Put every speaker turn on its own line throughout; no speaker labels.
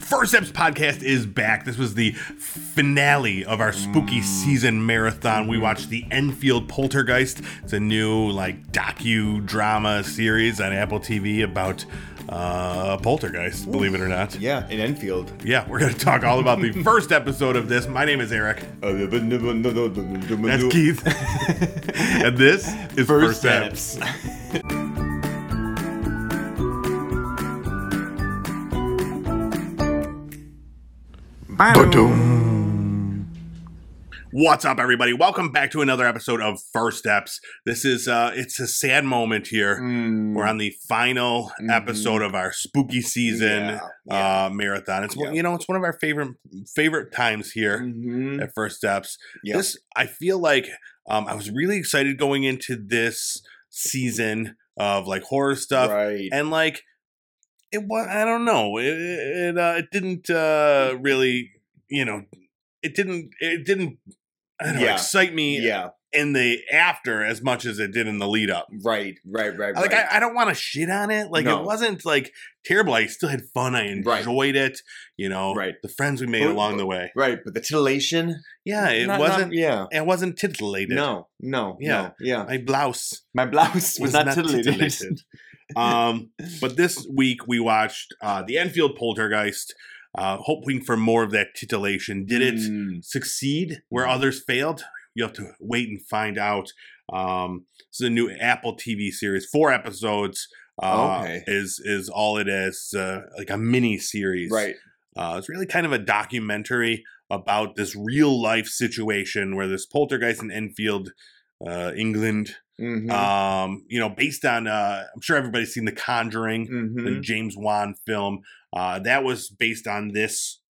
First Steps Podcast is back. This was the finale of our spooky season marathon. We watched the Enfield Poltergeist. It's a new like docu-drama series on Apple TV about uh, poltergeist, believe it or not.
Yeah, in Enfield.
Yeah, we're going to talk all about the first episode of this. My name is Eric. That's
That's
Keith. and this is First,
First
Steps.
steps.
What's up, everybody? Welcome back to another episode of First Steps. This is uh it's a sad moment here. We're
Mm-hmm.
on the final
Mhm.
episode of our spooky season
Yeah, yeah.
uh marathon. It's one
Yeah.
you know, it's one of our favorite favorite times here
Mhm.
at First Steps.
Yeah.
This I feel like um I was really excited going into this season of like horror stuff.
right.
and like it was i don't know it it, uh, it didn't uh really you know it didn't it didn't I don't know,
Yeah.
excite me
yeah.
in the after as much as it did in the lead up
Right. Right. Right.
like
right.
I, I don't want to shit on it like
No.
it wasn't like terrible i still had fun i
Right.
enjoyed it you know
Right.
the friends we made
But-
along the
but-
way
right. But the titillation.
yeah it
Not- not-
wasn't
yeah.
it wasn't titillated
No. No.
Yeah.
no, yeah.
my blouse
My blouse was, not, titillated.
um, but this week we watched uh, the Enfield Poltergeist, uh, hoping for more of that titillation. Did it
Mm.
succeed where
Mm-hmm.
others failed? You have to wait and find out. Um, this is a new Apple TV series, four episodes. Uh,
Okay.
Is is all it is? Uh, like a mini series,
Right.
uh, it's really kind of a documentary about this real life situation where this poltergeist in Enfield, uh, England,
Mm-hmm.
um, you know, based on uh, I'm sure everybody's seen The Conjuring,
Mm-hmm.
the James Wan film. Uh, that was based on this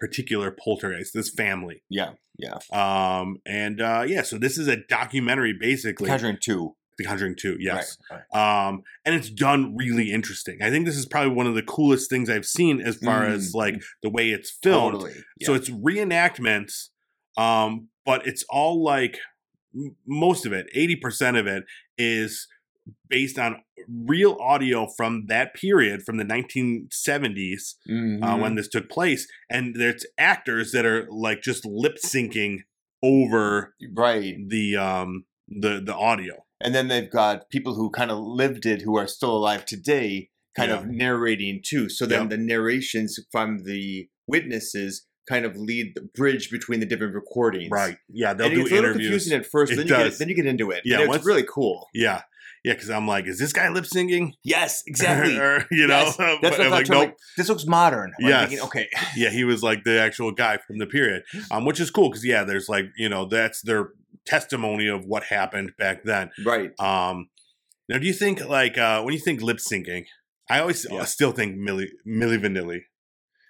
particular poltergeist, this family.
Yeah. Yeah.
Um, and uh, yeah, so this is a documentary, basically.
Conjuring two.
The Conjuring Two, yes.
Right.
Um, and it's done really interesting. I think this is probably one of the coolest things I've seen as far
Mm.
as like the way it's filmed.
Totally.
So uh, it's reenactments, um, but it's all like m- most of it, 80% of it is based on real audio from that period, from the 1970s uh,
Mm-hmm.
when this took place. And there's actors that are like just lip syncing over
right.
the. Um, the the audio
And then they've got people who kind of lived it who are still alive today kind
Yeah.
of narrating too. So then
Yep.
the narrations from the witnesses kind of lead the bridge between the different recordings.
yeah they'll
And
do
it's a little
interviews
confusing at first,
It
but then you, get,
does.
then you get into it.
Yeah,
And it's
once-
really cool.
yeah yeah because i'm like is this guy lip synging
Yes,
or, you know
Yes. That's
but
what I
I'm
thought,
like
too. I'm
nope
like, this looks modern. I'm
Yes.
thinking, okay.
yeah, he was like the actual guy from the period, um, which is cool because yeah, there's like you know that's their testimony of what happened back then.
Right.
Um, now, do you think like uh, when you think lip syncing, I always
Yeah.
I still think Millie Millie Vanilli.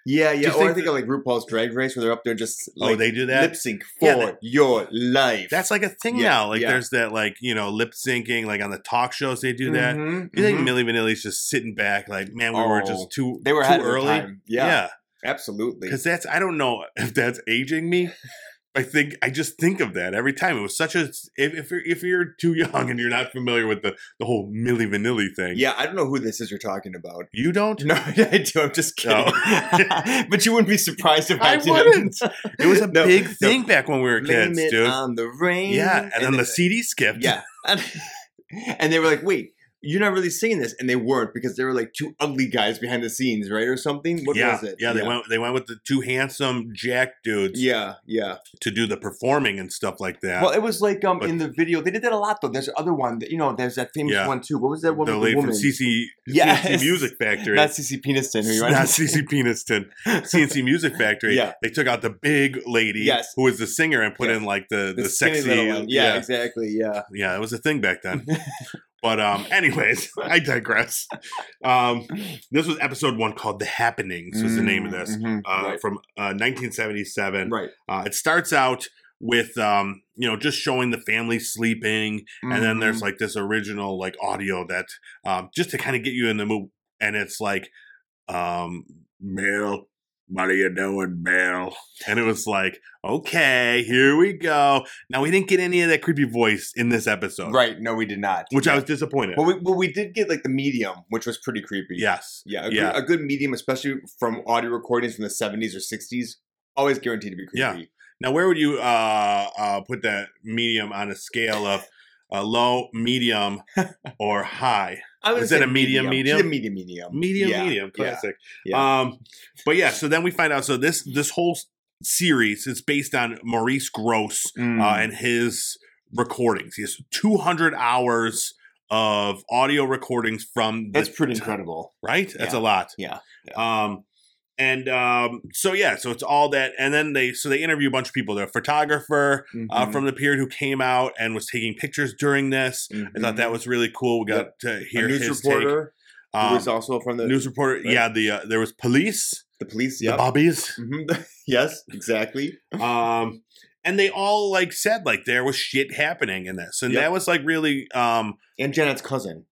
Yeah,
you
yeah. Or I
think
think
that-
of like RuPaul's Drag Race where they're up there just
oh,
like
they do that.
lip sync for
Yeah, that-
your life.
that's like a thing
Yeah,
now. Like
yeah.
there's that like you know lip syncing like on the talk shows they do that.
Mhm,
Do you think
mhm.
Millie Vanilli's just sitting back like man we were
Oh,
just too
they were
too
ahead of their
early?
time. Yeah,
yeah,
absolutely.
because that's I don't know if that's aging me. I think I just think of that every time. It was such a if if you're, if you're too young and you're not familiar with the the whole Milli Vanilli thing.
Yeah, I don't know who this is you're talking about.
you don't.
No, I do. I'm just kidding. but you wouldn't be surprised if I,
I
didn't.
wouldn't. It was a
No,
big
no.
thing back when we were kids,
Blame it
dude.
on the rain.
yeah, and, then the
it-
CD skipped.
yeah, and, and they were like, "Wait, you're not really singing this," and they weren't because they were like two ugly guys behind the scenes, right, or something. What
yeah,
was it?
yeah, They
yeah.
went they went with the two handsome Jack dudes
Yeah, yeah.
to do the performing and stuff like that.
Well, it was like um
But-
in the video they did that a lot though. There's other one that you know. There's that famous
Yeah.
one too. What was that one?
the
with
lady
the
from
woman?
CC,
Yes.
CNC Music Factory.
Not CC Peniston. Who you
Not CC Peniston. CNC Music Factory,
Yeah.
they took out the big lady
Yes.
who was the singer and put
Yes.
in like the, the,
the, skinny
sexy
little one. Yeah,
yeah,
exactly. Yeah.
yeah, it was a thing back then. but um anyways, I digress. Um this was episode 1 called The Happenings was the name of this.
Mhm,
Uh,
right.
from uh, 1977.
right.
Uh, it starts out with um, you know just showing the family sleeping and then
Mm-hmm.
there's like this original like audio that um, just to kind of get you in the mood and it's like um male What are you doing, Bill? And it was like, okay, here we go. Now we didn't get any of that creepy voice in this episode,
Right? No, we did not.
Which I was disappointed.
But we, but we did get like the medium, which was pretty creepy.
yes,
yeah, a,
Yeah.
Good, a good medium, especially from audio recordings from the '70s or '60s, always guaranteed to be creepy.
Yeah. Now, where would you uh, uh, put that medium on a scale of uh, low, medium, or high?
I would
Is
say
it a medium, medium?
She's a medium, medium,
Medium,
Yeah,
medium,
yeah,
classic.
yeah.
Um, but yeah, so then we find out. So this this whole s- series is based on Maurice Gross
Mm.
uh, and his recordings. He has 200 hours of audio recordings from the uh,
That's pretty incredible.
right? That's
Yeah.
a lot.
Yeah.
Um, and um, so yeah, so it's all that, and then they so they interview a bunch of people. The photographer uh,
Mhm.
from the period who came out and was taking pictures during this. I thought that was really cool. We got to
Mhm.
hear
a mm-hmm. news
his take.
reporter who
Um,
was also from the
news reporter.
right?
Yeah, the uh, there was police,
the police.
the
Yep. Mm-hmm.
bobbies,
Mhm. yes, exactly.
um, and they all like said like there was shit happening in this, and
Yep.
that was like really um,
And Janet's cousin,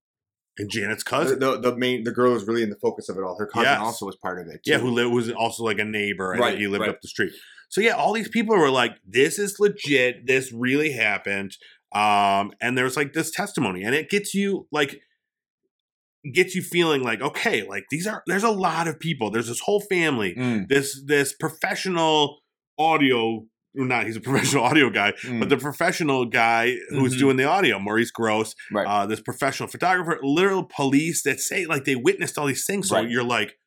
and Janet's
the,
cousin,
the, the main, the girl was really in the focus of it all. Her cousin
Yes.
also was part of it.
yeah,
too.
who li- was also like a neighbor. I
Right,
think he lived
right.
up the street. So yeah, all these people were like, "This is legit. This really happened." Um, and there's like this testimony, and it gets you like gets you feeling like, okay, like these are there's a lot of people. There's this whole family.
Mm,
This this professional audio, not he's a professional audio guy,
mm.
but the professional guy who's
Mhm.
doing the audio, Maurice Gross,
right.
uh, this professional photographer, literal police that say like they witnessed all these things. So
Right.
you're like,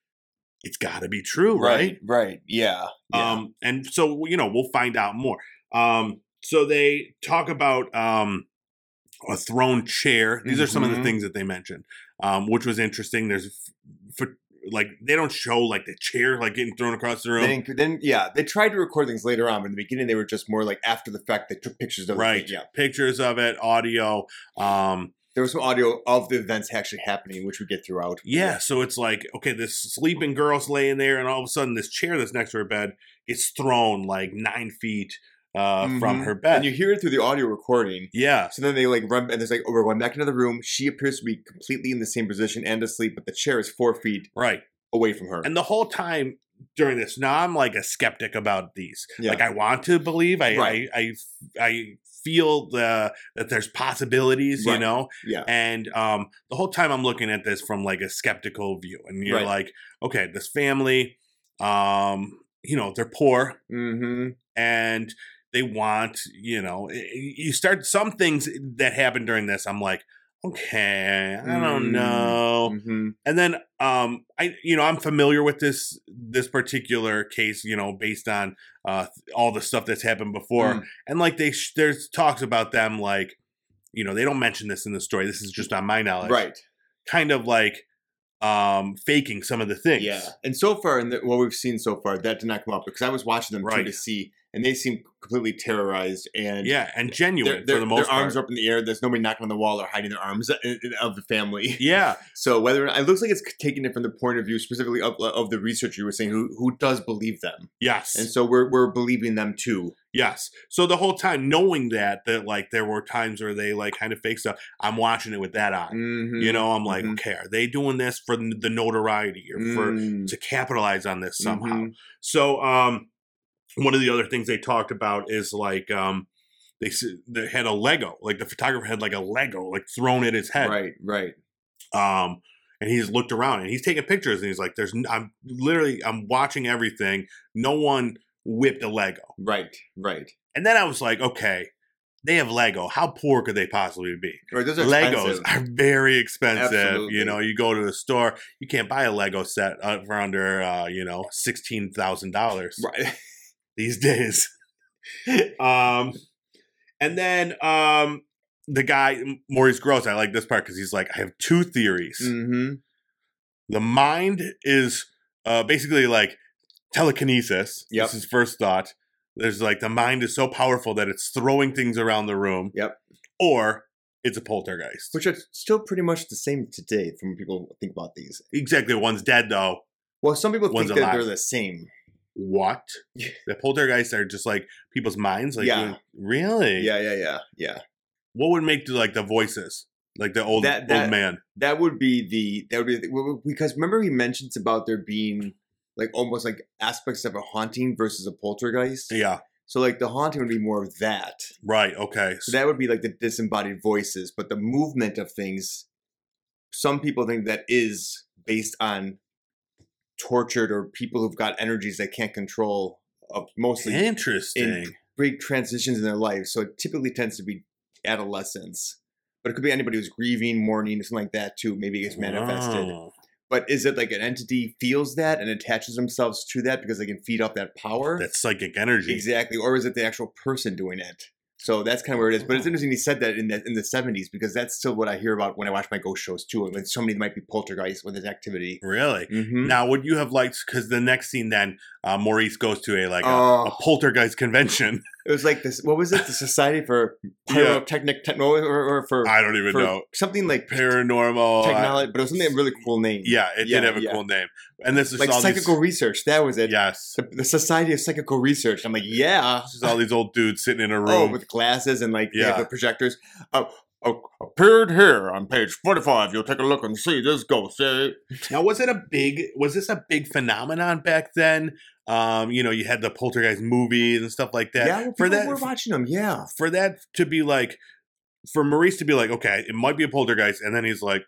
it's got to be true, right?
right, right, yeah. yeah.
Um, and so you know we'll find out more. Um, so they talk about um, a thrown chair. These are some of the
Mhm.
things that they mentioned, um, which was interesting. There's f- for, like they don't show like the chair like getting thrown across the
They
room.
didn't- then yeah, they tried to record things later on, but in the beginning they were just more like after the fact. They took pictures of the
Right,
thing, yeah,
pictures of it, audio. Um,
there was some audio of the events actually happening, which we get throughout.
Yeah, so it's like okay, this sleeping girl's laying there, and all of a sudden, this chair that's next to her bed gets thrown like nine feet uh, from
Mhm.
her
and
bed.
you hear it through the audio recording.
yeah,
So then they like run, and there's like, oh, we're going back into the room. She appears to be completely in the same position and asleep, but the chair is four feet
right.
away from her.
And the whole time during this, now I'm like a skeptic about these.
Yeah.
Like I want to believe, I
Right.
I, I I feel the that there's possibilities, you
Right.
know.
yeah,
And um, the whole time I'm looking at this from like a skeptical view, and you're
Right.
like, okay, this family, um, you know, they're poor,
mm-hmm.
and they want you know i- i- you start some things that happen during this i'm like okay i don't
Mm.
know
mm-hmm.
and then um i you know i'm familiar with this this particular case you know based on uh all the stuff that's happened before
Mm.
and like they sh- there's talks about them like you know they don't mention this in the story this is just on my knowledge
right.
kind of like um faking some of the things
Yeah, and so far, in the, what we've seen so far, that did not come up because I was watching them too
Right.
to see, and they seem completely terrorized and
yeah and
Their-
genuine
their,
for the most
their arms
part
are up in the air. There's nobody knocking on the wall or hiding their arms uh, uh, of the family.
yeah
So whether or not, it looks like it's taking it from the point of view specifically of, uh, of the researcher you were saying, who who does believe them,
yes
and so we're we're believing them too.
Yes. So the whole time knowing that that like there were times where they like kind of fake stuff, I'm watching it with that eye. You know, I'm like,
Mhm.
okay, are they doing this for n- the notoriety or for
Mm. Mm-hmm.
to capitalize on this somehow? So um one of the other things they talked about is like um they, s- they had a Lego, like the photographer had like a Lego like thrown at his head.
right, right.
Um and he's looked around and he's taking pictures and he's like there's n- I'm literally I'm watching everything. No one whipped a Lego.
Right, right.
And then I was like, okay, they have Lego. How poor could they possibly be?
Right, those are
Legos
expensive.
are very expensive.
Absolutely.
You know, you go to the store, you can't buy a Lego set uh, for under, uh, you know, sixteen thousand dollars
Right.
these days. um, and then um, the guy M- Maurice Gross. I like this part because he's like, I have two theories.
Mm-hmm.
The mind is uh, basically like telekinesis.
Yep.
This is first thought. There's like the mind is so powerful that it's throwing things around the room.
Yep.
Or it's a poltergeist.
Which are still pretty much the same today from when people think about these.
exactly. One's dead though.
Well, some people
One's
think that
alive.
they're the same.
What? the poltergeists are just like people's minds. Like
Yeah.
doing- really?
Yeah, yeah, yeah, yeah.
What would make the, like the voices? Like the old
That-
old
that-
man.
That would be the that would be the, well, because remember he mentions about there being like almost like aspects of a haunting versus a poltergeist.
Yeah.
So like the haunting would be more of that.
Right. Okay.
So that would be like the disembodied voices, but the movement of things. Some people think that is based on tortured or people who've got energies they can't control, of mostly
Interesting.
in great transitions in their life. So it typically tends to be adolescence, but it could be anybody who's grieving, mourning, something like that too. Maybe it gets manifested.
Wow.
But is it like an entity feels that and attaches themselves to that because they can feed off that power?
That psychic energy.
exactly. Or is it the actual person doing it? So that's kind of where it is. But it's interesting he said that in the in the seventies because that's still what I hear about when I watch my ghost shows too. And when somebody might be poltergeist with his activity.
Really.
Mm-hmm.
Now, would you have liked because the next scene then uh, Maurice goes to a like a, a
Oh.
poltergeist convention.
It was like this. What was it? The Society for
Yeah.
Pyrotechnic Techno or, or for,
I don't even
for
know
something like
paranormal. uh,
technology, but it was something a really cool name.
yeah, it
Yeah,
did have a
yeah.
cool name. And this is
like
all
psychical
these,
research. That was it.
yes,
The, the Society of Psychical Research. I'm like, yeah.
this is all these old dudes sitting in a
Oh,
room.
with glasses and like they have
Yeah.
the projectors. Oh, oh, appeared here on page 45. You'll take a look and see this ghost. eh?
Now, was it a big? Was this a big phenomenon back then? Um, you know, you had the poltergeist movies and stuff like that.
yeah, well,
for
people
that,
we're watching them. Yeah,
for that to be like, for Maurice to be like, okay, it might be a poltergeist, and then he's like,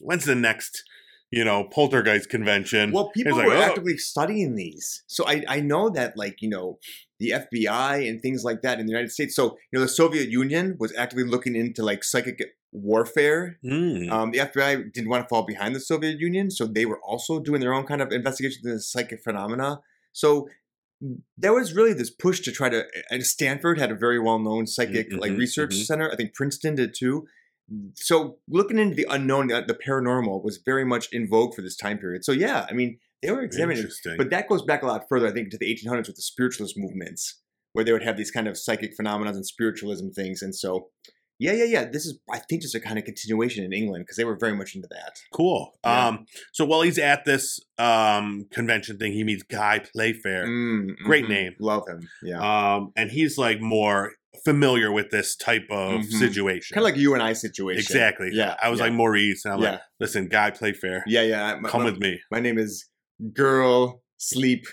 when's the next, you know, poltergeist convention?
well, people
like,
were
oh.
actively studying these, so I I know that like you know the FBI and things like that in the United States. So you know the Soviet Union was actively looking into like psychic warfare
Hmm.
Um, the FBI didn't want to fall behind the Soviet Union, so they were also doing their own kind of investigation into psychic phenomena. So mm, there was really this push to try to. And Stanford had a very well-known psychic like
Mhm,
research
mhm.
center. I think Princeton did too. So looking into the unknown, uh, the paranormal was very much in vogue for this time period. So yeah, I mean they were examining, it.
Interesting.
but that goes back a lot further. I think to the 1800s with the spiritualist movements, where they would have these kind of psychic phenomena and spiritualism things, and so. Yeah, yeah, yeah. This is, I think, just a kind of continuation in England because they were very much into that.
cool.
Yeah.
Um, so while he's at this um convention thing, he meets Guy Playfair.
Mm,
Great
mhm.
name.
Love him. Yeah.
Um, and he's like more familiar with this type of
Mhm.
situation.
kind of like you and I situation.
Exactly.
Yeah.
I was
yeah,
like Maurice, and I'm
yeah,
like, listen, Guy Playfair,
yeah, yeah. My,
come
my-
with me.
My name is Girl Sleep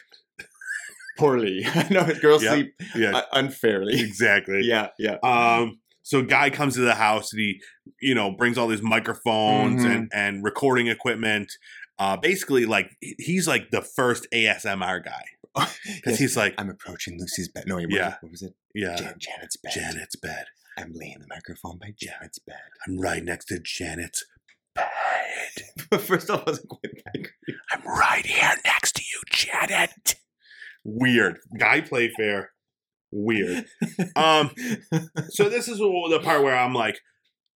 Poorly. no, it's Girl
Yeah.
Sleep
Yeah,
uh, Unfairly.
exactly.
yeah, yeah.
Um, so Guy comes to the house and he, you know, brings all these microphones and
Mm-hmm.
and recording equipment. Uh, basically, like he- he's like the first ASMR guy because
Yes,
he's like,
I'm approaching Lucy's bed. No,
Yeah. Uh,
yeah. What was it?
yeah,
Jan- Janet's bed.
Janet's bed.
I'm laying the microphone by Janet's bed.
I'm right next to Janet's.
First off, wasn't quite that great.
I'm right here next to you, Janet. Weird. Guy Playfair. Weird. Um, so this is the part where I'm like,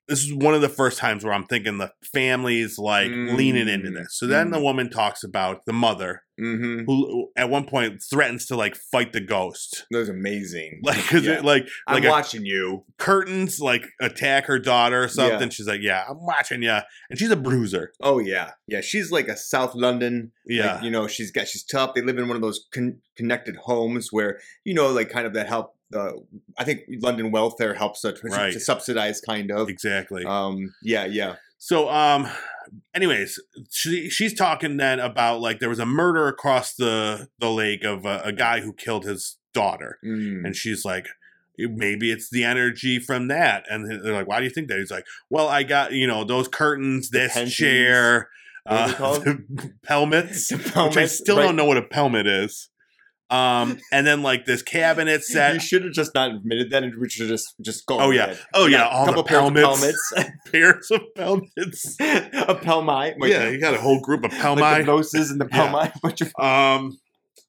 this is one of the first times where I'm thinking the family's like
Mm.
leaning into this. So then the woman talks about the mother
Mm-hmm.
who at one point threatens to like fight the ghost.
That was amazing.
Like, 'cause
Yeah.
it, like,
I'm
like a-
watching you.
curtains like attack her daughter or something.
Yeah.
She's like, "Yeah, I'm watching you," and she's a bruiser.
Oh yeah, yeah. She's like a South London.
Yeah,
like, you know, she's got she's tough. They live in one of those con- connected homes where you know, like kind of that help. Uh, I think London welfare helps to, to-
Right.
to subsidize kind of.
exactly.
Um, yeah, yeah.
So, um, anyways, she she's talking then about like there was a murder across the the lake of a, a guy who killed his daughter,
Mm.
and she's like, maybe it's the energy from that, and they're like, why do you think that? He's like, well, I got you know those curtains, this
pensies.
chair,
What are they
uh,
called?
pelmets, which I
Pelmet,
still
right.
don't know what a pelmet is. Um, and then like this cabinet
You
set.
should have just not admitted that, and we should just just go.
Oh,
with
yeah.
it.
Oh yeah, all the
couple pairs of
pelmets, pairs of pelmets.
pelmets, a pelmi. Wait,
yeah, you got a whole group of pelmi.
Like the noses and the
Yeah.
pelmi. Which are-
Um,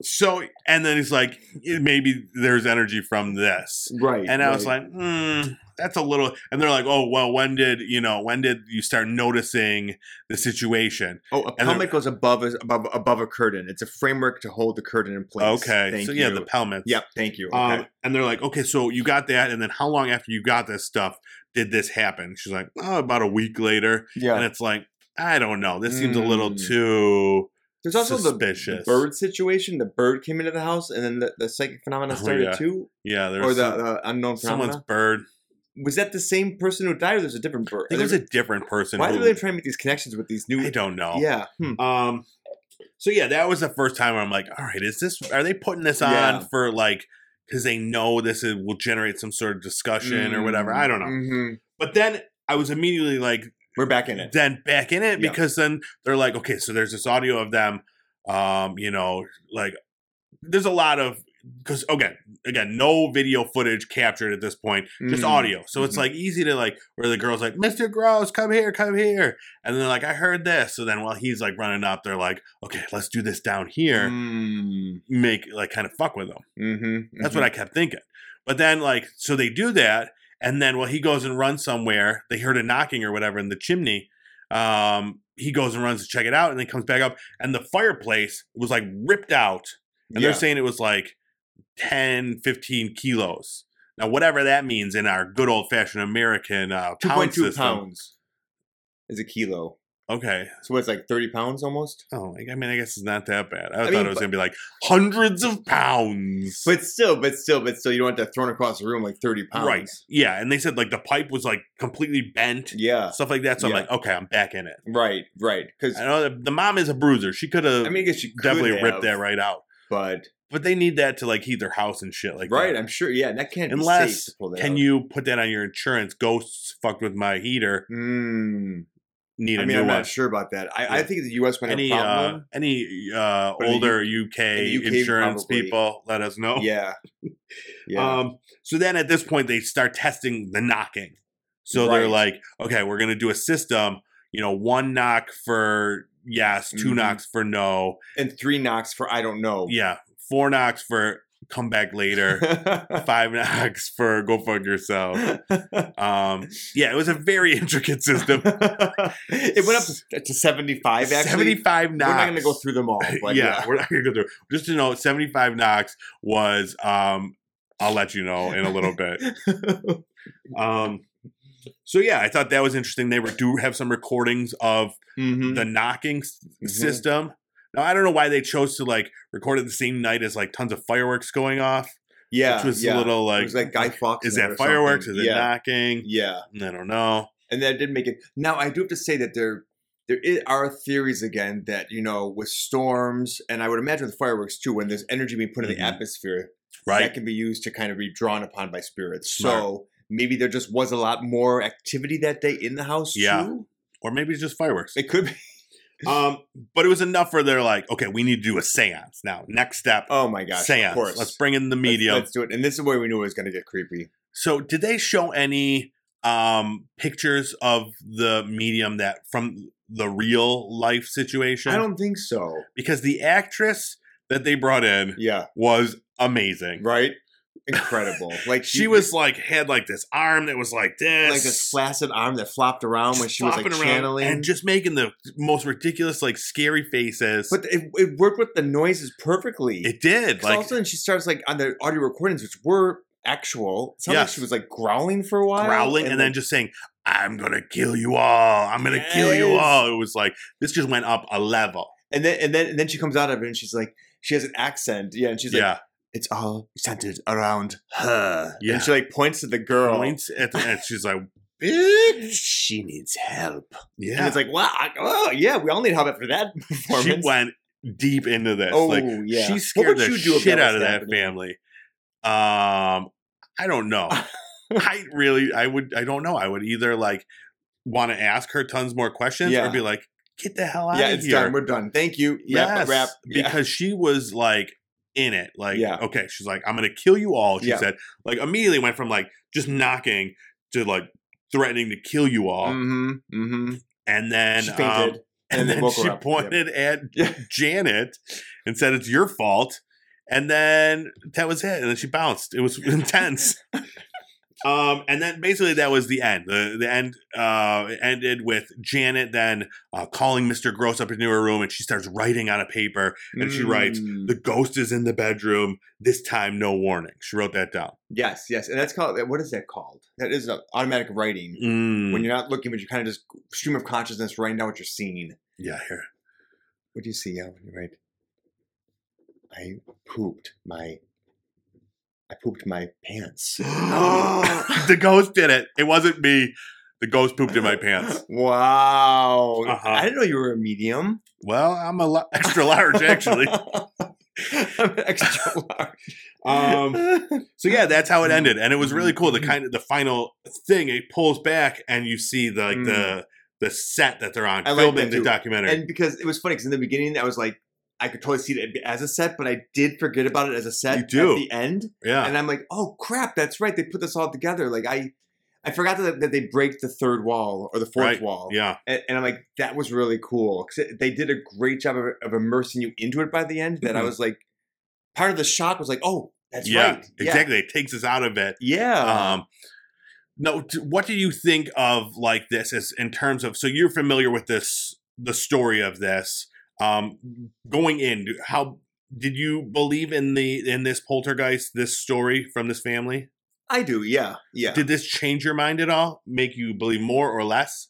so and then he's like, maybe there's energy from this,
right.
and I was
right.
like, hmm, that's a little. And they're like, oh well, when did you know? When did you start noticing the situation?
Oh, a
And they're-
pelmet goes above a, above above a curtain. It's a framework to hold the curtain in place.
okay,
Thank
so
you.
yeah, the pelmets.
Yep. Thank you. Okay.
Um, and they're like, okay, so you got that, and then how long after you got this stuff did this happen? She's like, oh, about a week later, and
yeah.
it's like, I don't know. This seems a little
Mm.
too.
There's also the- the,
suspicious.
bird situation. The bird came into the house, and then the, the psychic phenomena
Oh,
started
yeah.
too,
Yeah, there
or
was
the,
some-
the unknown phenomena.
someone's bird.
was that the same person who died, or there's a different bird?
I think it was
Are
a
there-
different person.
why
who,
are they trying to make these connections with these new?
I don't know.
Yeah. Hmm.
Um, So yeah, that was the first time where I'm like, all right, is this are they putting this on
Yeah.
for like because they know this is, will generate some sort of discussion or whatever? I don't know.
Mhm.
But then I was immediately like,
We're back in it.
then back in it
Yeah.
because then they're like, okay, so there's this audio of them, um, you know, like there's a lot of because again, again, no video footage captured at this point, just
Mhm.
audio. So it's
Mhm.
like easy to like where the girl's like, Mr. Gross, come here, come here, and they're like, I heard this. So then while he's like running up, they're like, okay, let's do this down here,
Mm.
make like kind of fuck with them.
Mhm.
That's what I kept thinking. But then, like, so they do that, and then well, he goes and runs somewhere. They heard a knocking or whatever in the chimney. Um, he goes and runs to check it out, and then comes back up, and the fireplace was like ripped out, and
Yeah.
they're saying it was like 10, 15 kilos. Now, whatever that means in our good old fashioned American uh,
two
pound
point two
system.
pounds is a kilo.
Okay.
So what's like thirty pounds almost?
Oh, I mean, I guess it's not that bad. I,
I
thought
mean,
it was
but-
going to be like hundreds of pounds.
But still, but still, but still, you don't have to thrown across the room like thirty pounds.
right. Yeah. And they said like the pipe was like completely bent.
Yeah.
stuff like that. So
Yeah.
I'm like, okay, I'm back in it.
Right. Right. Because
I know that the mom is a bruiser. She could have
I mean, I guess you could
definitely
have,
ripped that right out.
But
But they need that to like heat their house and shit like
right,
that.
I'm sure. Yeah, and that can't be
Unless-
safe to pull that
Can
out.
you put that on your insurance? Ghosts fucked with my heater.
Mm.
Need a
I mean,
new
I'm
one.
not sure about that. I, I
Yeah.
think the U.S. might
Any
have a
uh,
problem.
any uh,
But in the
older UK,
in the UK,
insurance
probably.
people, let us know.
Yeah. Yeah.
uh, Um, so then at this point, they start testing the knocking. So they're
Right.
like, okay, we're going to do a system, you know, one knock for yes, 2
Mhm.
knocks for no.
and three knocks for I don't know.
Yeah, four knocks for come back later. five knocks for go fuck yourself. Um, yeah, it was a very intricate system.
it went up to, to 75 actually.
Seventy-five
We're
knocks.
not going to go through them all. But
yeah,
yeah.
we're not gonna go through. Just to know, seventy-five knocks was. Um, I'll let you know in a little bit. Um, so yeah, I thought that was interesting. They were, do have some recordings of
Mhm.
the knocking s-
Mhm.
system. Now I don't know why they chose to like record it the same night as like tons of fireworks going off,
yeah.
which was
yeah.
a little
It
like,
was like Guy Fox.
is
in it
that
or something.
fireworks? Is it
yeah.
knocking?
Yeah.
I don't know.
and that did make it. Now I do have to say that there there i- are theories again that you know with storms and I would imagine with fireworks too, when there's energy being put in
Mhm.
the atmosphere,
Right.
that can be used to kind of be drawn upon by spirits.
Smart.
So maybe there just was a lot more activity that day in the house.
Yeah.
too.
or maybe it's just fireworks.
it could be.
Um, but it was enough where they're like, okay, we need to do a seance now. Next step,
Oh my gosh!
seance.
Of course.
Let's bring in the
Let's-
medium.
Let's, do it. And this is where we knew it was going to get creepy.
so, did they show any um pictures of the medium that from the real life situation?
I don't think so.
because the actress that they brought in
Yeah.
was amazing.
Right. Incredible. Like
She was like had like this arm that was like this,
like this flaccid arm that flopped around when
just
she was like
flopping around
channeling
and just making the most ridiculous, like scary faces.
But it, it worked with the noises perfectly.
it did,
'Cause
like
all of a sudden she starts like on the audio recordings, which were actual. It sounded like
Yes.
she was like growling for a while,
growling and, then just saying, I'm gonna kill you all. I'm gonna kill you
Yes.
all. It was like this just went up a level.
and then and then and then she comes out of it and she's like she has an accent, yeah, and she's like
yeah.
it's all centered around her.
Yeah.
and she like points to the girl.
Points at the- and she's like,
Bitch, she needs help. And
Yeah.
it's like, wow, I- oh yeah, we all need help after that performance.
she went deep into this.
oh
like
yeah,
she
What
scared
would
the
you do if
shit
was
out of that
happening?
family. Um I don't know. I really I would I don't know. I would either like want to ask her tons more questions
Yeah.
or be like, get the hell out
Yeah,
of
it's
here.
done. We're done. Thank you.
Yes,
Wrap, wrap. Yeah.
because she was like in it, like
Yeah.
okay, she's like, I'm gonna kill you all. She
Yeah.
said, like immediately went from like just knocking to like threatening to kill you all,
Mm-hmm. Mm-hmm.
and then
she
um,
fainted.
and,
and then
then,
woke her
she
up. Yep.
pointed at
Yeah.
Janet and said, "It's your fault." And then that was it. And then she bounced. It was intense. um, and then basically that was the end. The the end uh, it ended with Janet then uh, calling Mr. Gross up into her room, and she starts writing on a paper. um, And she writes,
Mm.
The ghost is in the bedroom. This time, no warning. She wrote that down.
yes, yes, and that's called. What is that called? That is a automatic writing
Mm.
when you're not looking, but you kind of just stream of consciousness writing down what you're seeing.
yeah, here.
What do you see? Yeah, when you write, I pooped my, I pooped my pants.
the ghost did it. It wasn't me. The ghost pooped in my pants.
Wow.
Uh-huh.
I didn't know you were a medium.
Well, I'm a lo- extra large actually.
I'm extra large.
Um, so yeah, that's how it ended, and it was really cool. The
Mm-hmm.
kind of the final thing it pulls back, and you see the like, the the set that they're on
Mm. I like
filming
that
the
too.
documentary.
and because it was funny, because in the beginning I was like, I could totally see it as a set, but I did forget about it as a set
You do.
at the end.
yeah,
And I'm like, oh crap, that's right. They put this all together. Like I, I forgot that, that they break the third wall or the fourth
Right.
wall.
yeah,
And, and I'm like, that was really cool. 'Cause it- they did a great job of, of immersing you into it by the end. That I
Mhm.
was like, part of the shock was like, oh, that's
yeah,
right.
exactly. It takes us out of it.
Yeah.
Um, no, t- what do you think of like this as in terms of? So you're familiar with this, the story of this. Um, going in, do- how did you believe in the in this poltergeist, this story from this family?
I do. Yeah. Yeah.
Did this change your mind at all? Make you believe more or less?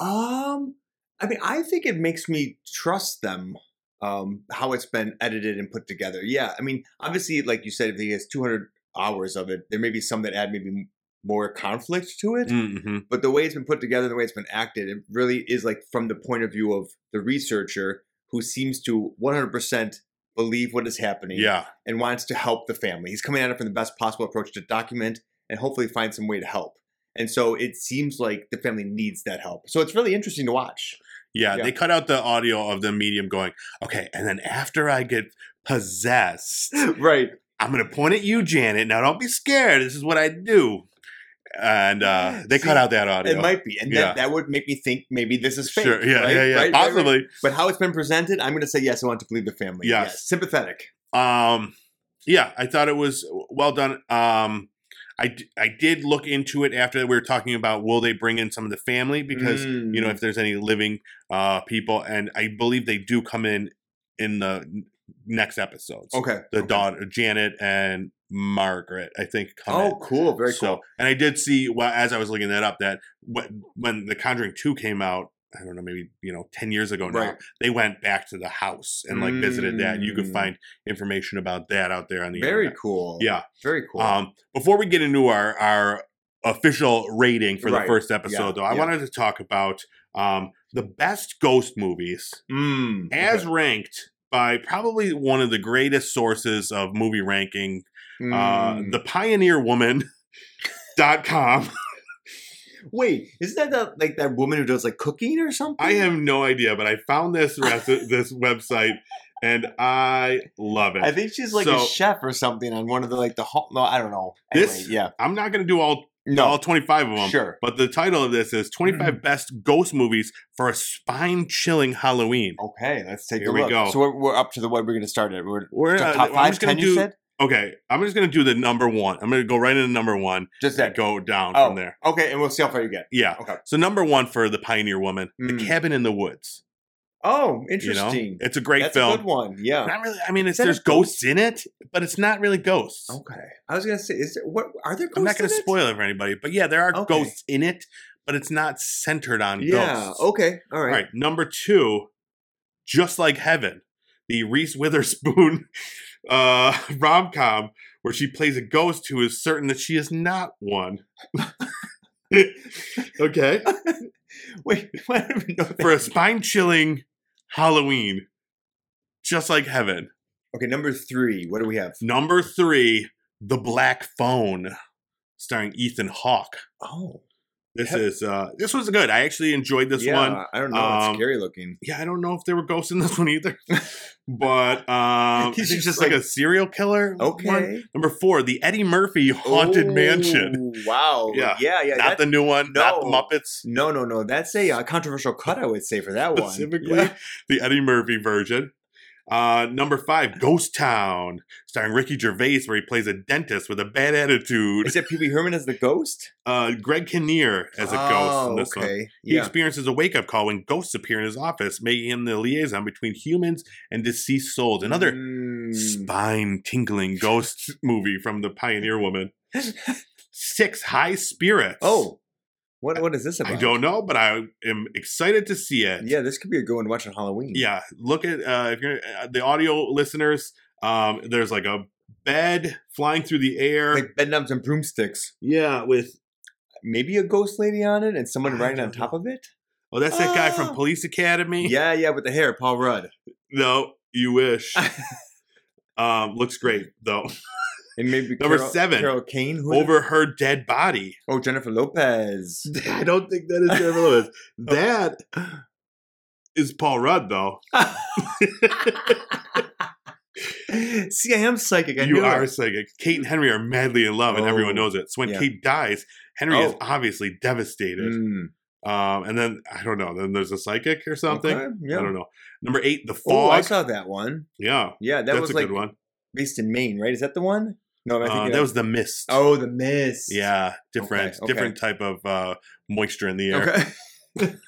Um, I mean, I think it makes me trust them. Um, how it's been edited and put together. Yeah, I mean, obviously, like you said, if he has 200 hours of it, there may be some that add maybe m- more conflict to it.
Mm-hmm.
But the way it's been put together, the way it's been acted, it really is like from the point of view of the researcher who seems to 100% believe what is happening
Yeah,
and wants to help the family. He's coming at it from the best possible approach to document and hopefully find some way to help. And so it seems like the family needs that help. So it's really interesting to watch.
yeah.
Yeah.
They cut out the audio of the medium going, okay, and then after I get possessed,
Right.
I'm gonna point at you, Janet. Now don't be scared. This is what I do. And uh, they
See,
cut out that audio.
It might be. And
Yeah.
that, that would make me think maybe this is fake.
Sure. Yeah. Yeah.
right?
Yeah.
Right, right, right.
Possibly.
But how it's been presented, I'm going to say yes, I want to believe the family.
Yes.
Sympathetic.
Um. Yeah. I thought it was well done. Um. I, d- I did look into it after we were talking about will they bring in some of the family because you know
Mm-hmm. Mm.
if there's any living uh people and I believe they do come in in the n- next episodes.
okay.
The
okay.
daughter Janet and Margaret I think come in.
Oh, cool. Very
So-
cool.
And I did see well as I was looking that up that when, when The Conjuring Two came out, I don't know, maybe you know, ten years ago now,
Right.
they went back to the house and like visited that. You could
Mm.
find information about that out there on the
Very
internet.
cool.
Yeah.
Very cool.
Um, before we get into our our official rating for the
Right.
first episode,
Yeah,
though, I
yeah.
wanted to talk about um, the best ghost movies
Mm,
as
okay.
ranked by probably one of the greatest sources of movie ranking, uh,
Mm.
the Pioneer Woman. Dot com.
Wait, isn't that the, like that woman who does like cooking or something?
I have no idea, but I found this reci- this website and I love it.
I think she's like
So-
a chef or something on one of the like the hall. No, I don't know.
This-
Anyway, yeah,
I'm not going to do all all
no,
25 of them.
sure.
But the title of this is 25 best ghost movies for a spine-chilling Halloween.
Okay, let's take
Here
a
we
look.
go.
So we're, we're up to the what we're going to start at. We're
We're
to
uh,
top
I'm
five,
just going to
ten. You
do
said
Okay, I'm just going to do the number 1. I'm going to go right into number 1
just
and
that.
go down
Oh,
from there.
okay, and we'll see how far you get.
Yeah.
Okay.
So number 1 for The Pioneer Woman, The
Mm.
Cabin in the Woods.
Oh,
Hmm. You know?
interesting.
It's a great
That's
film.
a good one. Yeah.
Not really. I mean, it's,
that a
there's ghosts in it, but it's not really ghosts.
Okay. I was going to say, is there what are there? Ghosts
I'm not going
in
to
it?
spoil it for anybody, but yeah, there are
Okay.
ghosts in it, but it's not centered on
Yeah.
ghosts.
Okay. All
All
right.
right, number two, just like heaven, the Reese Witherspoon uh, rom com where she plays a ghost who is certain that she is not one. okay,
Wait. I don't even know that.
for a spine chilling Halloween, just like heaven.
Okay. Number three. What do we have?
Number three, the Black Phone, starring Ethan Hawke.
Oh,
This
Yep.
is uh this was good. I actually enjoyed this
yeah,
one.
I don't know.
um,
it's scary looking.
Yeah, I don't know if there were ghosts in this one either. but um I
He's
think it's
just
like,
like-
a serial killer. one.
Okay.
Number four, the Eddie Murphy Haunted Mansion.
Ooh, Wow.
Yeah.
Yeah. Yeah. Yeah.
Not the new one, not the
no.
Muppets.
No, no, no. That's a uh, controversial cut, I would say, for that one.
Specifically
Yeah.
the Eddie Murphy version. Uh, number five, Ghost Town, starring Ricky Gervais, where he plays a dentist with a bad attitude.
Is it Pee Wee Herman as the ghost?
Uh, Greg Kinnear as a ghost in this one. He
Oh, Yeah.
experiences a wake up call when ghosts appear in his office, making him the liaison between humans and deceased souls. Another
Mm.
spine tingling ghost movie from the Pioneer Woman. Six High Spirits.
Oh. What, what is this about?
I don't know, but I am excited to see it.
Yeah, this could be a good one to watch on Halloween.
Yeah, look at uh, if you're uh, the audio listeners. Um, there's like a bed flying through the air.
Like bedknobs and broomsticks.
yeah, with
maybe a ghost lady on it and someone
I
riding on
don't
top of it.
Oh, that's that guy
Ah.
from Police Academy.
Yeah, yeah, with the hair, Paul Rudd.
No, you wish. um, looks great though.
And maybe
Number
Carol,
seven.
Carol Kane. Who
Over her dead body.
Oh, Jennifer Lopez.
I don't think that is Jennifer Lopez. That is Paul Rudd though.
See, I am psychic. I
you
knew
are
it.
psychic. Kate and Henry are madly in love, and everyone
Oh,
knows it. So when
yeah.
Kate dies, Henry is
Oh.
obviously devastated.
Mm,
Um, and then I don't know. Then there's a psychic or something.
okay, yeah.
I don't know. Number eight, the fog.
Oh, I saw that one.
yeah,
Yeah, that
that's
was
a
like
good one.
based in Maine, right? Is that the one? No, am I
Uh,
thinking
that
of-
was the mist.
Oh, the mist.
yeah, different,
okay.
different type of uh, moisture in the air.
Okay.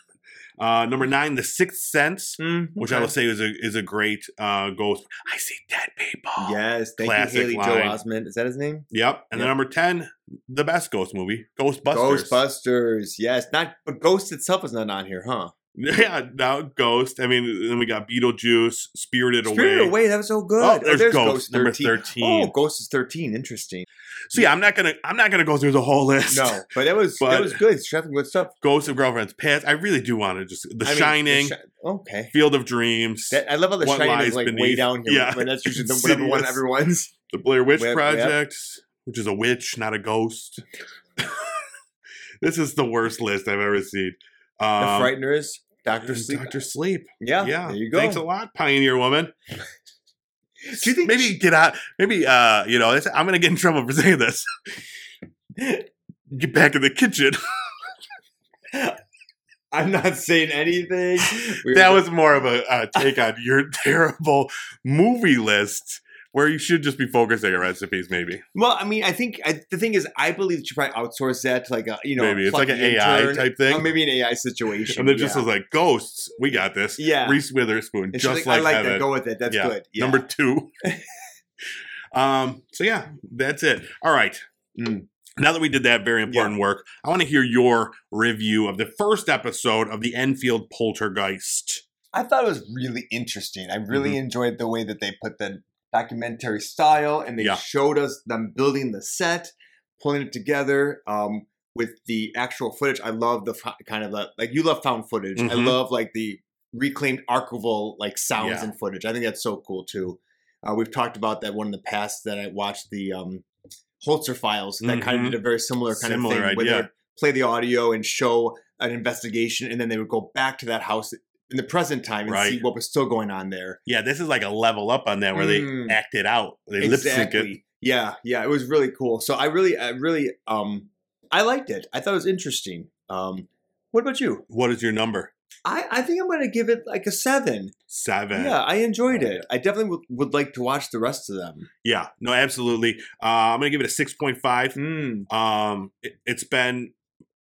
Uh, number nine, the Sixth Sense,
Mm,
which I
okay.
will say is a is a great uh, ghost. I see dead people.
Yes, thank
Classic
you, Haley
line.
Joel Osment. Is that his name?
Yep. And then
Yep.
number ten, the best ghost movie, Ghostbusters.
Ghostbusters. Yes, not but Ghost itself is not on here, huh?
Yeah, now Ghost. I mean, then we got Beetlejuice, Spirited,
Spirited
Away.
Away. That was so good.
Oh, there's, Ghost, number
13.
thirteen.
Oh, Ghost is thirteen. Interesting.
so yeah, I'm not gonna I'm not gonna go through the whole list.
Oh, No, but that was
But-
that was good. It's nothing good stuff.
Ghosts of Girlfriends Past. I really do want to just The
I mean,
Shining,
Shi- okay.
Field of Dreams,
That, I love how the
What
Shining
Lies
is like way
Beneath.
down here.
Yeah.
but that's usually the whatever one
Insidious.
everyone's.
The Blair Witch
Web- yep.
Project, which is a witch, not a ghost. this is the worst list I've ever seen.
the
Um,
Frighteners, Doctor
Doctor
Sleep.
Sleep. Doctor Sleep.
yeah, there you go.
Thanks a lot, Pioneer Woman.
Do you think
maybe get out? Maybe uh, you know, this, I'm gonna get in trouble for saying this. get back in the kitchen.
I'm not saying anything. We
that
were-
was more of a uh, take on your terrible movie list, where you should just be focusing on recipes. Maybe
well. I mean, I think I, the thing is, I believe you should probably outsource that to like a you know
maybe it's like an
plucky
AI
intern.
type thing.
Or maybe an AI situation.
and then just
yeah.
was like ghosts. We got this.
yeah.
Reese Witherspoon,
And she's
just like,
like, I like
heaven.
that. Go with it. That's
Yeah.
good. Yeah.
Number two. um. So yeah, that's it. All right.
Mm.
Now that we did that very important work, I want to hear your review of the first episode of the Enfield Poltergeist.
I thought it was really interesting. I really
Mm-hmm.
enjoyed the way that they put the documentary style and they
Yeah.
showed us them building the set, pulling it together um, with the actual footage. I love the fo- kind of the, like you love found footage. I
Mhm.
love like the reclaimed archival like sounds
Yeah.
and footage. I think that's so cool too. Uh, we've talked about that one in the past that I watched the um, Holzer files that kind
Mhm.
of did a very similar kind
Similar
of thing where they
idea.
would play the audio and show an investigation and then they would go back to that house in the present time and see
Right.
what was still going on there.
Yeah, this is like a level up on that where
Mm.
they act it out. They lip sync it.
Yeah, yeah, it was really cool. So I really, I really, um, I liked it. I thought it was interesting. Um, what about you?
What is your number?
I, I think I'm going to give it like a seven.
Seven.
Yeah, I enjoyed
Yeah.
it. I definitely would, would like to watch the rest of them.
Yeah, no, absolutely. Uh, I'm gonna give it a six point five.
Mm,
Um, it, has been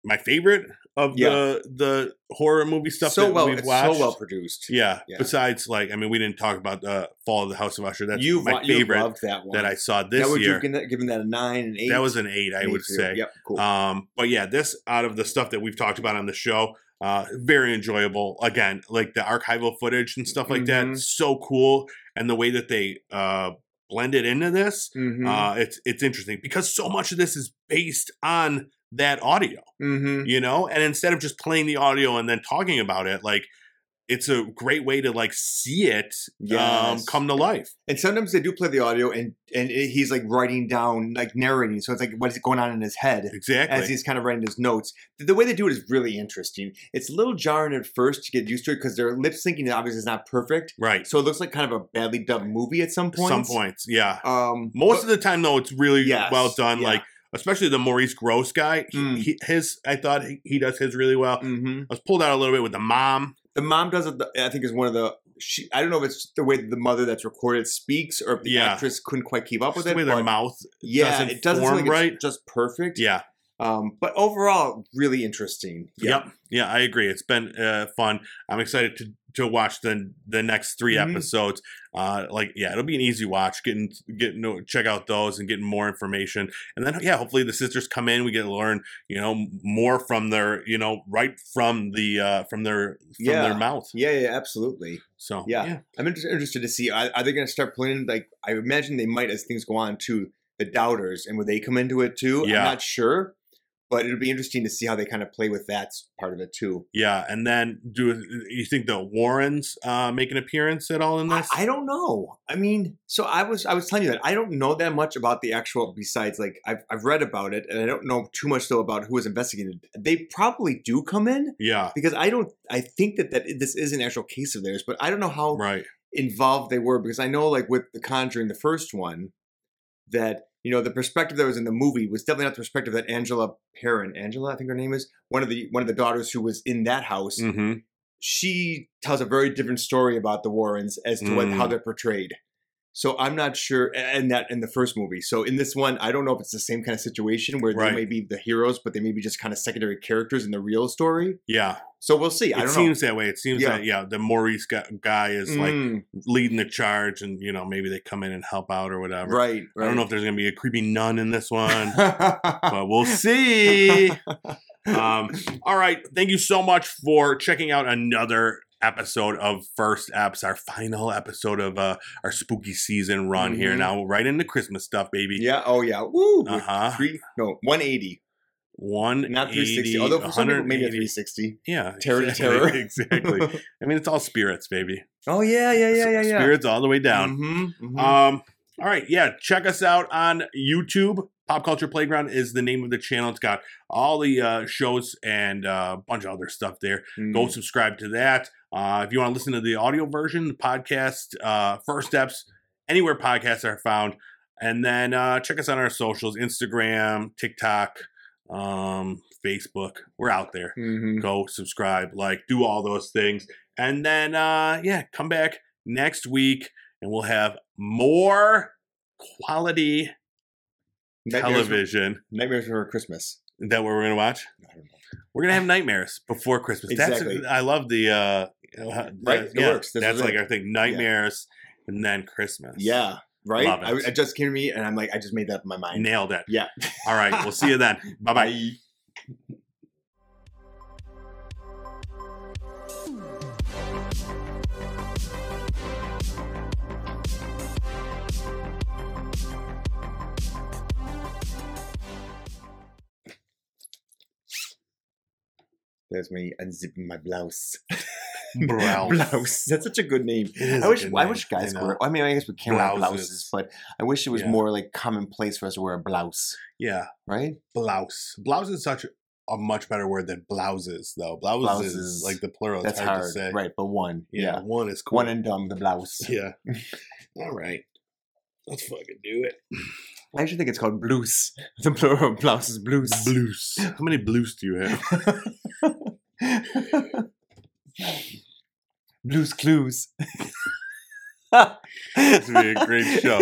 my favorite of
Yeah.
the the horror movie stuff
so
that
well,
we've
it's
watched.
so well produced.
yeah.
Yeah.
Besides, like, I mean, we didn't talk about the Fall of the House of Usher. That's
you've
my
wa- you've
favorite
loved that one.
that I saw
that
this
would
year.
You've given that, given that a nine and eight.
that was an eight, I
Me
would
too.
say.
Yep. Cool.
Um, but yeah, this out of the stuff that we've talked about on the show, uh, very enjoyable. Again, like the archival footage and stuff like
Mhm.
that, so cool, and the way that they uh, blend it into this.
Mhm.
Uh, it's it's interesting because so much of this is based on that audio,
Mhm.
you know. And instead of just playing the audio and then talking about it, like it's a great way to like see it um,
Yes.
come to life.
And sometimes they do play the audio, and and it- he's like writing down, like narrating. So it's like what's going on in his head as
Exactly.
he's kind of writing his notes. The, the way they do it is really interesting. It's a little jarring at first to get used to it because their lip syncing obviously is not perfect,
Right.
so it looks like kind of a badly dubbed movie at some point.
Some points, yeah.
Um,
Most of the time, though, it's really
Yes,
well done.
yeah.
Like especially the Maurice Gross guy, he-
Mm.
he, his I thought he, he does his really well.
hmm
I was pulled out a little bit with the mom.
the mom does it. the- I think is one of the. She, I don't know if it's the way that the mother that's recorded speaks, or if the
Yeah.
actress couldn't quite keep up
Just
with
the
it.
way their
but
mouth,
yeah,
doesn't
it doesn't
form
seem like
right.
it's just perfect.
yeah.
Um, but overall, really interesting. Yeah.
Yep. Yeah, I agree. It's been uh, fun. I'm excited to to watch the the next 3
Mhm.
episodes. Uh, like, yeah, it'll be an easy watch. Getting getting to check out those and getting more information, and then yeah, hopefully the sisters come in. We get to learn, you know, more from their, you know, right from the uh, from their from
Yeah.
their mouth.
Yeah, yeah, absolutely.
So
Yeah. I'm inter- interested to see. Are, are they going to start playing? Like, I imagine they might as things go on to the doubters, and would they come into it too?
Yeah.
I'm not sure, But it'll be interesting to see how they kind of play with that s- part of it too.
Yeah, and then do you think the Warrens uh, make an appearance at all in
I,
this?
I don't know. I mean, so I was I was telling you that I don't know that much about the actual besides like I've I've read about it and I don't know too much though about who was investigated. They probably do come in
yeah,
because I don't I think that that this is an actual case of theirs, but I don't know how
right.
involved they were because I know like with The Conjuring, the first one, that you know the perspective that was in the movie was definitely not the perspective that Angela Perrin, Angela I think her name is one of the one of the daughters who was in that house.
hmm
She tells a very different story about the Warrens as to what
Mm.
how they're portrayed. So I'm not sure, and that in the first movie. So in this one, I don't know if it's the same kind of situation where
Right.
they may be the heroes, but they may be just kind of secondary characters in the real story.
Yeah,
So we'll see. I
it
don't
seems that way. It seems
Yeah.
that yeah, the Maurice gu- guy
know.
is like
Mm,
leading the charge, and you know maybe they come in and help out or whatever.
right, right.
I don't know if there's gonna be a creepy nun in this one,
know.
but we'll see. Um, all right, thank you so much for checking out another episode of First Apps, our final episode of uh, our spooky season run here.
Mhm.
Now, right into Christmas stuff, baby.
Yeah. Oh, yeah. Woo.
Uh huh.
Three, no, 180,
One
not 360. Although for some people, maybe a 360.
Yeah.
Terror to
exactly,
terror.
Exactly. I mean, it's all spirits, baby.
oh, yeah, yeah, yeah, yeah,
S-
yeah.
Spirits all the way down.
Mm-hmm, hmm
Um. All right. Yeah. Check us out on YouTube. Pop Culture Playground is the name of the channel. It's got all the uh, shows and uh, a bunch of other stuff there.
mm-hmm,
Go subscribe to that. Uh, if you want to listen to the audio version, the podcast, uh, First Steps, anywhere podcasts are found. And then uh, check us out on our socials Instagram, TikTok, um, Facebook. We're out there
Mhm.
go subscribe like do all those things and then uh yeah come back next week and we'll have more quality
Nightmares-
television
Nightmares Before Christmas.
Is that what we're gonna watch
I don't know.
we're gonna have nightmares before christmas
Exactly.
that's i love the uh uh,
Right, it
yeah,
works. This
that's
is
like
it.
our thing nightmares and then christmas
Yeah. Right?
Love
I,
it.
it just came to me, and I'm like, I just made that up in my mind.
nailed it
Yeah.
all right we'll see you then bye-bye
Bye. There's me unzipping my blouse. blouse. That's such a good name.
It is
I
a
wish.
good
I
name,
wish guys
I
were. I mean, I guess we can wear
Blouses.
blouses, but I wish it was
Yeah.
more like commonplace for us to wear a blouse,
yeah
right?
blouse. Blouse is such a much better word than blouses, though. Blouses, is
Blouses.
like the plural.
That's
it's
hard,
hard, to say.
right? But one,
Yeah,
yeah,
one is cool.
one and dumb the blouse.
yeah. All right. Let's fucking do it.
I actually think it's called blues. The plural of blouse is blues.
Blues. How many blues do you have?
blues clues.
This would be a great show.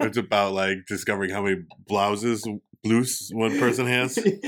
It's about like discovering how many blouses, blues one person has.